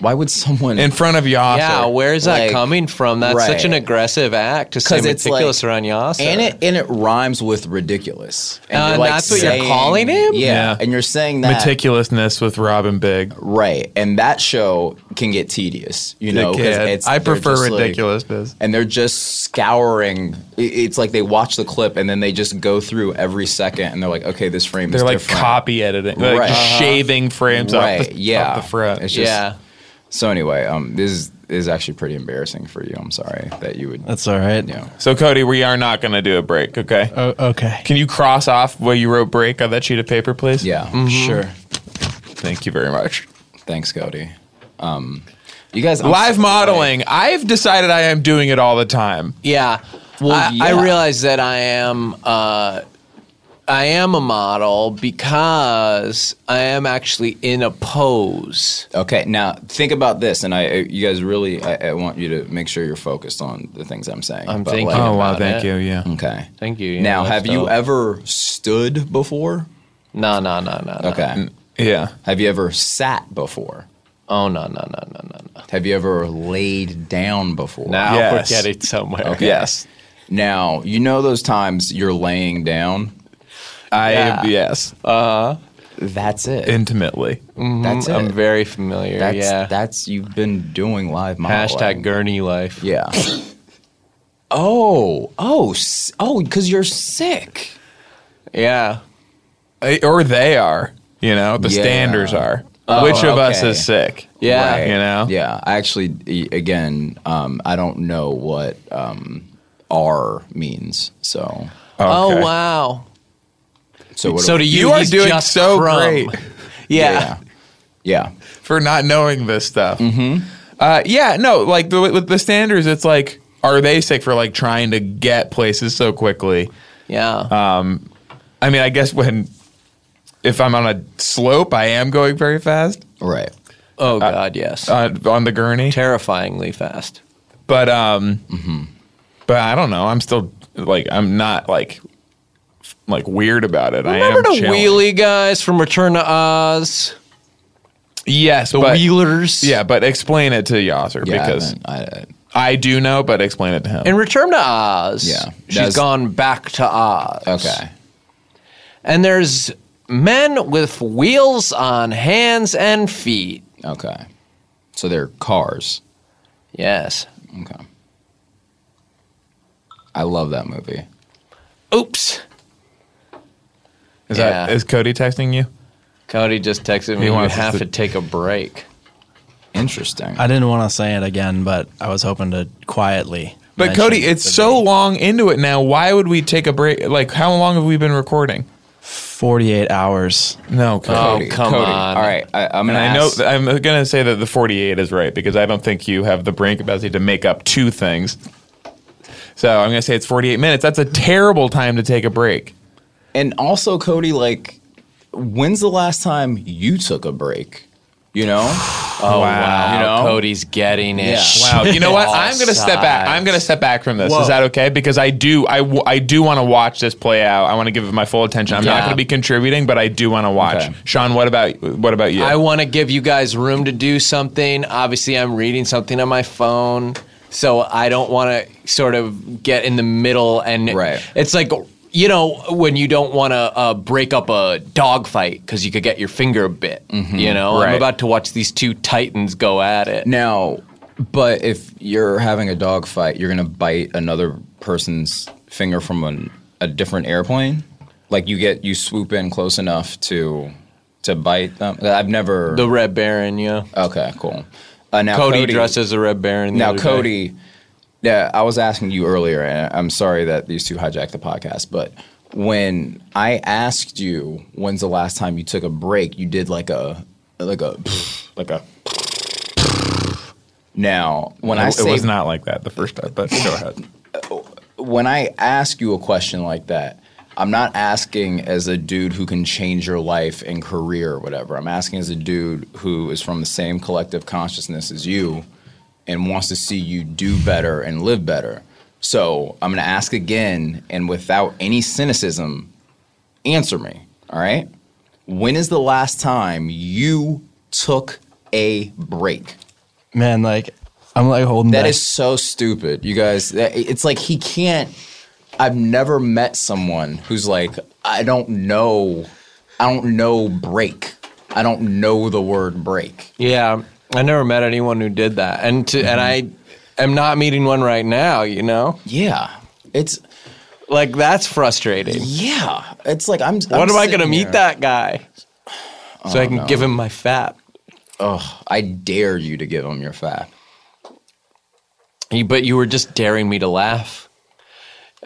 D: why would someone
B: in front of Yasser.
C: Yeah, where's
D: like-
C: that coming from? That's such an
D: right.
C: aggressive act to say
D: 'Cause it's
C: meticulous
D: like-
C: around Yasser.
D: and it and it rhymes with ridiculous. And,
C: Uh,
D: you're, like,
C: that's what you're
D: saying-
C: calling him?
D: Yeah,
B: Yeah.
D: And you're saying that
B: Meticulousness with Robin Big.
D: right. And that show can get tedious, you know, 'cause
B: Dickhead.
D: it's
B: I
D: they're
B: prefer
D: just, like-
B: ridiculousness.
D: and they're just scouring. i- It's like they watch the clip and then they just go through every second, and they're like, "Okay, this frame."
B: They're
D: is
B: like
D: different.
B: copy editing, like
D: Right.
B: just shaving frames off
D: Right?
B: the,
D: yeah.
B: off the front.
D: It's just-
C: yeah.
D: So anyway, um, this is, is actually pretty embarrassing for you. I'm sorry that you would.
F: That's all right.
D: Yeah.
B: so, Cody, we are not going to do a break, okay?
F: O-
C: Oh,
F: okay.
B: Can you cross off where you wrote break on that sheet of paper, please?
D: Yeah.
C: Mm-hmm.
F: Sure.
B: Thank you very much.
D: Thanks, Cody. Um, you guys I'm
B: Live
D: sorry,
B: modeling. I've decided I am doing it all the time.
C: Yeah. Well, I,
D: yeah.
C: I realize that I am uh, I am a model because I am actually in a pose.
D: like- Okay, now think about this, and I, I- you guys really, I, I want you to make sure you're focused on the things I'm saying.
C: I'm
D: but,
C: thinking.
D: like-
C: Oh, wow, About thank it. you,
B: Yeah.
D: okay.
C: Thank you. yeah,
D: now,
C: that's
D: have you
C: dope.
D: ever stood before?
C: No, no, no, no. no.
D: Okay.
B: Yeah.
D: Have you ever sat before?
C: Oh no, no, no, no, no, no.
D: Have you ever laid down before?
C: Now
B: Yes.
C: we're getting somewhere.
D: Okay.
B: Yes.
D: Now, you know those times you're laying down?
B: I
C: Yeah.
B: yes.
D: That's it.
B: Intimately.
D: that's it.
C: I'm very familiar.
D: That's
C: yeah.
D: that's you've been doing live modeling.
C: Hashtag gurney life.
D: Yeah. oh, oh, s- oh, because you're sick.
C: Yeah.
B: I- or they are. You know, the
D: Yeah.
B: standards are. Which of us
D: okay.
B: is sick?
C: Yeah.
B: You know?
D: Yeah. I actually, e- again, um, I don't know what um, R means. So,
C: Oh
B: Okay.
C: wow.
D: so what?
C: So to
D: do
C: you,
B: You are
C: he's
B: doing
C: just
B: so
C: from.
B: great
C: Yeah.
D: Yeah. Yeah.
B: for not knowing this stuff. Mm-hmm. Uh, yeah, no, like the, with the standards, it's like, are they sick for like trying to get places so quickly?
C: Yeah.
B: Uh, I mean, I guess when if I'm on a slope, I am going very fast
D: Right.
C: oh god, yes.
B: uh, on the gurney.
C: Terrifyingly fast.
B: But um,
C: Mm-hmm.
B: but I don't know. I'm still like I'm not like f- like weird about it. I am
C: Remember the
B: chilling.
C: wheelie guys from Return to Oz?
B: Yes,
C: The
B: but
C: wheelers.
B: yeah, but explain it to Yasser
D: Yeah. I
B: because
D: haven't- I, I-
B: I do know, but explain it to him.
C: In Return to Oz,
D: Yeah.
C: she's
D: That's-
C: gone back to Oz.
D: okay.
C: And there's men with wheels on hands and feet.
D: Okay. So they're cars.
C: Yes.
D: Okay. I love that movie.
C: Oops.
B: Is that
C: yeah.
B: is Cody texting you?
C: Cody just texted me. You
B: wants us
C: have
B: to-
C: to take a break.
D: Interesting.
F: I didn't want to say it again, but I was hoping to quietly.
B: But
F: mention
B: Cody, it's
F: the
B: so
F: date.
B: long into it now. Why would we take a break? Like, how long have we been recording?
F: 48 hours.
B: No, Cody.
C: Oh, come on.
D: All right. I, I'm
B: And
D: gonna.
B: I know
D: ask-
B: th- I'm going to say that the 48 is right because I don't think you have the brain capacity to make up two things. So I'm going to say it's 48 minutes. That's a terrible time to take a break.
D: And also, Cody, like, when's the last time you took a break? You know?
C: Oh, wow.
D: You know?
C: Cody's getting it.
D: Yeah.
B: Wow. You know what?
C: All
B: I'm going to step back. I'm going to
C: sides.
B: step back from this.
D: Whoa.
B: Is that okay? Because I do I, w- I do want to watch this play out. I want to give it my full attention. I'm not
C: Yeah.
B: going to be contributing, but I do want to watch.
D: Okay.
B: Sean, what about what about you?
C: I want to give you guys room to do something. Obviously, I'm reading something on my phone, so I don't want to sort of get in the middle. And
D: Right.
C: it's like you know when you don't want to uh, break up a dog fight because you could get your finger bit.
D: Mm-hmm.
C: You know,
B: Right.
C: I'm about to watch these two titans go at it.
D: Now, but if you're having a dog fight, you're going to bite another person's finger from an, a different airplane? Like, you get, you swoop in close enough to to bite them? I've never.
C: The Red Baron, yeah.
D: okay, cool. Uh, now,
C: Cody,
D: Cody,
C: dressed as a Red Baron. the
D: Now,
C: other day.
D: Cody, yeah, I was asking you earlier, and I'm sorry that these two hijacked the podcast, but when I asked you when's the last time you took a break, you did like a like a like a. Now, when I
B: it
D: say
B: was not like that the first time, but go ahead.
D: when I ask you a question like that, I'm not asking as a dude who can change your life and career or whatever. I'm asking as a dude who is from the same collective consciousness as you and wants to see you do better and live better. So I'm going to ask again and without any cynicism, answer me. All right. When is the last time you took a break?
F: Man, like I'm like holding
D: That
F: back.
D: is so stupid, you guys. that- It's like he can't. I've never met someone who's like, I don't know, I don't know break. I don't know the word break.
C: Yeah, I never met anyone who did that, and to, and
D: Mm-hmm.
C: I am not meeting one right now. You know,
D: Yeah, it's
C: like that's frustrating.
D: yeah, it's like I'm.
C: When am I going to meet that guy? So I can give him my fat.
D: Oh, I dare you to give him your fat.
C: You- But you were just daring me to laugh.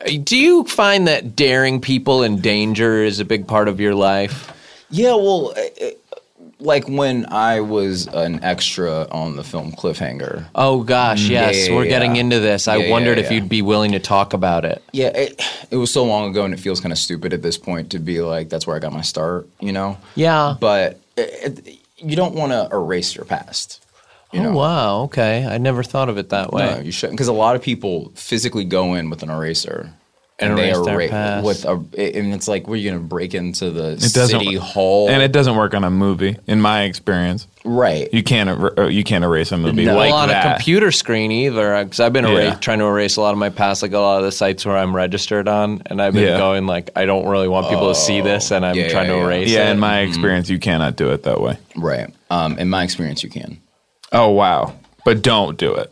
C: Uh, Do you find that daring people in danger is a big part of your life?
D: Yeah, well, eh, eh, like when I was an extra on the film Cliffhanger.
C: Oh gosh, yes,
D: yeah,
C: we're
D: yeah.
C: getting into this. I
D: Yeah, yeah,
C: wondered if
D: yeah.
C: you'd be willing to talk about it.
D: Yeah, it, it was so long ago, and it feels kind of stupid at this point to be like, that's where I got my start, you know?
C: Yeah.
D: But it, it, you don't want to erase your past. You
C: oh
D: know?
C: wow, okay. I never thought of it that way.
D: No, you shouldn't, because a lot of people physically go in with an eraser.
C: And erase their
D: erase
C: past.
D: with a, and it's like, were you gonna break into the
B: doesn't-
D: city hall?
B: And it doesn't work on a movie, in my experience.
D: right,
B: You can't er- uh, you can't erase a movie
D: No.
B: like
C: well, on
B: that.
C: a computer screen either, because I've been erase,
B: Yeah.
C: trying to erase a lot of my past, like a lot of the sites where I'm registered on, and I've been
B: Yeah.
C: going like, I don't really want people to see this, and I'm
D: yeah,
C: trying
D: yeah,
C: to
D: yeah.
C: erase it.
B: yeah, in my experience, you cannot do it that way.
D: right. Um, in my experience, you can.
B: Oh wow! But don't do it.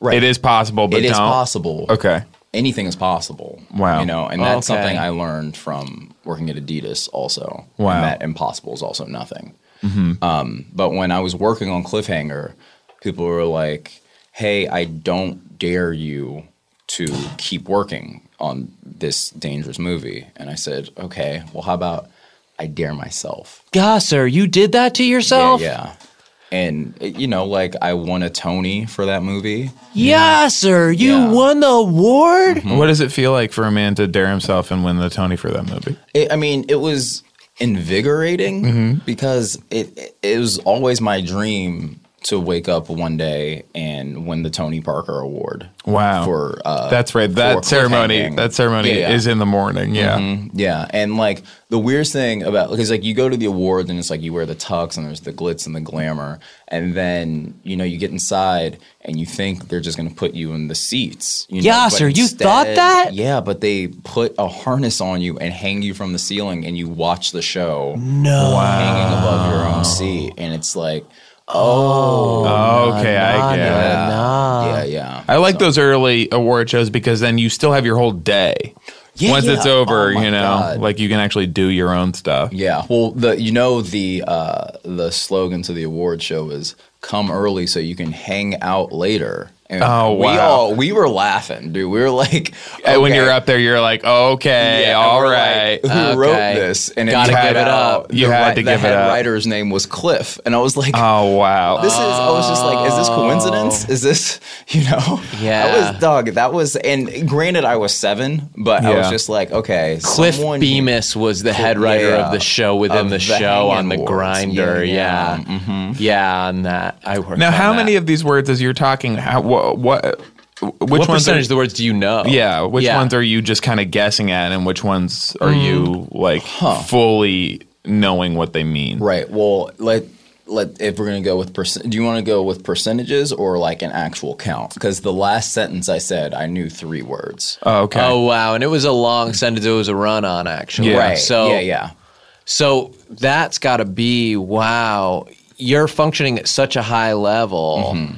D: Right,
B: It is possible, but
D: It is
B: don't.
D: possible.
B: Okay.
D: anything is possible.
B: Wow.
D: You know, and that's
C: Okay.
D: something I learned from working at Adidas also.
B: Wow. Mm-hmm.
D: And that impossible is also nothing. Um, but when I was working on Cliffhanger, people were like, hey, I don't dare you to keep working on this dangerous movie. And I said, okay, well, how about I dare myself?
C: Gosser, you did that to yourself?
D: Yeah. yeah. And, uh, you know, like I won a Tony for that movie.
C: Yeah, sir, you
D: Yeah.
C: won the award.
D: Mm-hmm.
B: What does it feel like for a man to dare himself and win the Tony for that movie?
D: it, I mean, it was invigorating
B: Mm-hmm.
D: because it, it it was always my dream to wake up one day and win the Tony Parker Award.
B: Wow.
D: For uh,
B: That's right. That
D: for
B: ceremony.
D: cliffhanging.
B: That ceremony
D: Yeah, Mm-hmm. yeah.
B: is in the morning. Yeah.
D: Yeah, and like the weirdest thing about because like you go to the awards and it's like you wear the tux and there's the glitz and the glamour, and then you know you get inside and you think they're just gonna put you in the seats. You know,
C: Yeah,
D: but
C: sir, you thought that?
D: Yeah, but they put a harness on you and hang you from the ceiling, and you watch the show
C: No.
D: hanging above your own seat, and it's like,
B: Oh, okay, I get it.
D: yeah, yeah, yeah.
B: I like those early award shows because then you still have your whole day. Once
D: yeah.
B: it's over,
D: Oh my
B: you know,
D: God.
B: like you can actually do your own stuff.
D: Yeah. Well, the you know the uh, the slogan to the award show is "Come early so you can hang out later." And
B: Oh,
D: We
B: wow.
D: all we were laughing, dude. We were like,
B: And Uh, When
D: okay.
B: you're up there, you're like, okay,
D: Yeah, and
B: all
D: we're like,
B: right.
D: who wrote
C: Okay.
D: this? And it
C: Gotta
D: turned
C: give it
D: out
C: up.
D: the
B: You had to
D: ri- the
B: give it
D: head
B: up.
D: Writer's name was Cliff, and I was like,
B: oh wow.
D: This is. I was just like, is this coincidence? Is this you know?
C: Yeah.
D: I was dog. That was and granted, I was seven, but I was
B: Yeah.
D: just like, okay,
C: Cliff
D: someone-
C: Bemis was the head writer
D: yeah,
C: of the show within
D: of
C: the,
D: the
C: show on the
D: Hanging Awards.
C: grinder.
D: Yeah,
C: Yeah. Yeah, on that. I worked
B: Mm-hmm. now,
C: on
B: how
C: that.
B: many of these words as you're talking? How, what, what? Which
C: What
B: ones are,
C: percentage of the words do you know?
B: Yeah, which ones are you just kind of guessing at, and which ones are
D: Mm.
B: you like fully knowing what they mean?
D: Right. Well, let let if we're gonna go with percent. Do you want to go with percentages or like an actual count? Because the last sentence I said, I knew three words.
B: Oh, okay.
C: Oh wow, and it was a long sentence. It was a run on actually.
B: Yeah.
D: Right.
C: So
D: yeah, yeah.
C: So that's got to be wow. You're functioning at such a high level.
D: Mm-hmm.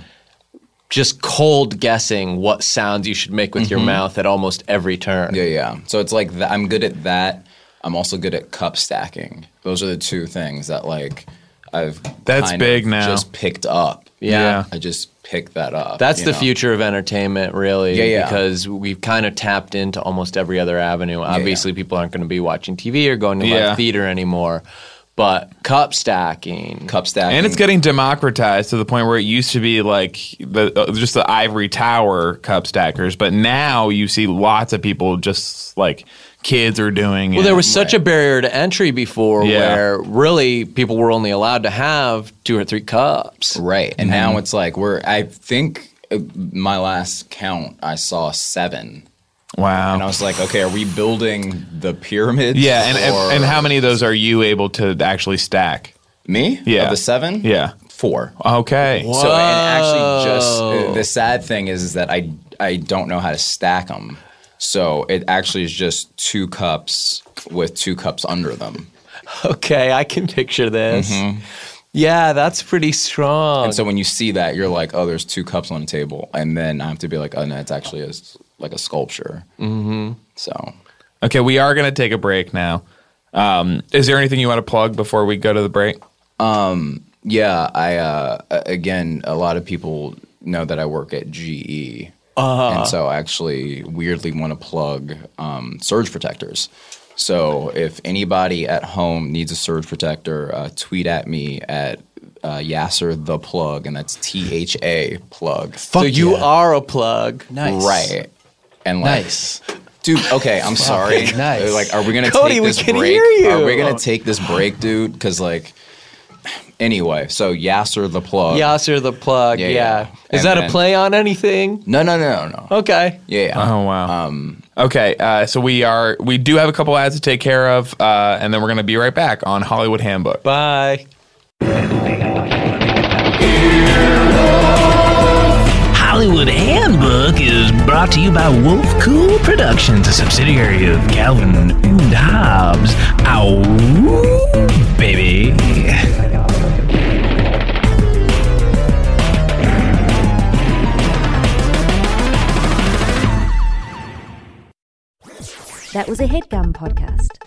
C: Just cold guessing what sounds you should make with your mouth at almost every turn.
D: Mm-hmm. Yeah, yeah. So it's like th- I'm good at that. I'm also good at cup stacking. Those are the two things that like I've
B: That's
D: kind
B: big
D: of
B: now.
D: Just picked up.
C: Yeah.
D: I just pick that up.
C: That's
D: you
C: the
D: know?
C: future of entertainment, really.
D: Yeah, yeah.
C: Because we've kind of tapped into almost every other avenue. Obviously, people aren't going to be watching TV or going to
B: Yeah.
C: live theater anymore. But cup stacking,
D: Cup stacking.
B: And it's getting democratized to the point where it used to be like the uh, just the ivory tower cup stackers, but now you see lots of people just like kids are doing
C: Well,
B: it.
C: there was such a barrier to entry before
B: Yeah.
C: where really people were only allowed to have two or three cups.
D: Right. And now it's like we're, I think uh, my last count, I saw seven.
B: wow.
D: And I was like, okay, are we building the pyramids?
B: yeah, and,
D: or-
B: and and how many of those are you able to actually stack?
D: Me?
B: Yeah.
D: Of the seven?
B: Yeah.
D: Four.
B: Okay.
D: So, and actually, just uh, the sad thing is, is that I, I don't know how to stack them. So it actually is just two cups with two cups under them.
C: Okay, I can picture this. Yeah, that's pretty strong.
D: Mm-hmm. And so when you see that, you're like, oh, there's two cups on the table. And then I have to be like, oh, no, it's actually a s like a sculpture. Mm-hmm. So
B: Okay, we are going to take a break now. Um, is there anything you want to plug before we go to the break?
D: Yeah, I uh, a- again, a lot of people know that I work at GE,
C: Uh-huh.
D: and so I actually weirdly want to plug um, surge protectors. So if anybody at home needs a surge protector, uh, tweet at me at uh, Yasser the plug, and that's T H A plug.
C: so you are a plug.
F: Nice.
D: Right. And like,
F: Nice.
D: dude. Okay, I'm sorry.
F: nice.
D: Like, are we gonna
C: Cody,
D: take
C: we
D: this
C: can
D: break?
C: hear you.
D: Are we gonna take this break, dude? Because like, anyway. So Yasser the plug.
C: Yasser the plug. Yeah.
D: Yeah, yeah.
C: Is
D: And
C: that a
D: then-
C: play on anything?
D: No, no, no, no, no.
C: Okay.
D: Yeah, yeah.
B: Oh wow. Um, okay, uh, so we are we do have a couple ads to take care of, uh, and then we're going to be right back on Hollywood Handbook.
C: Bye.
G: Hollywood Handbook is brought to you by Wolf Cool Productions, a subsidiary of Calvin and Hobbes. Ow, baby.
H: That was a headgum podcast.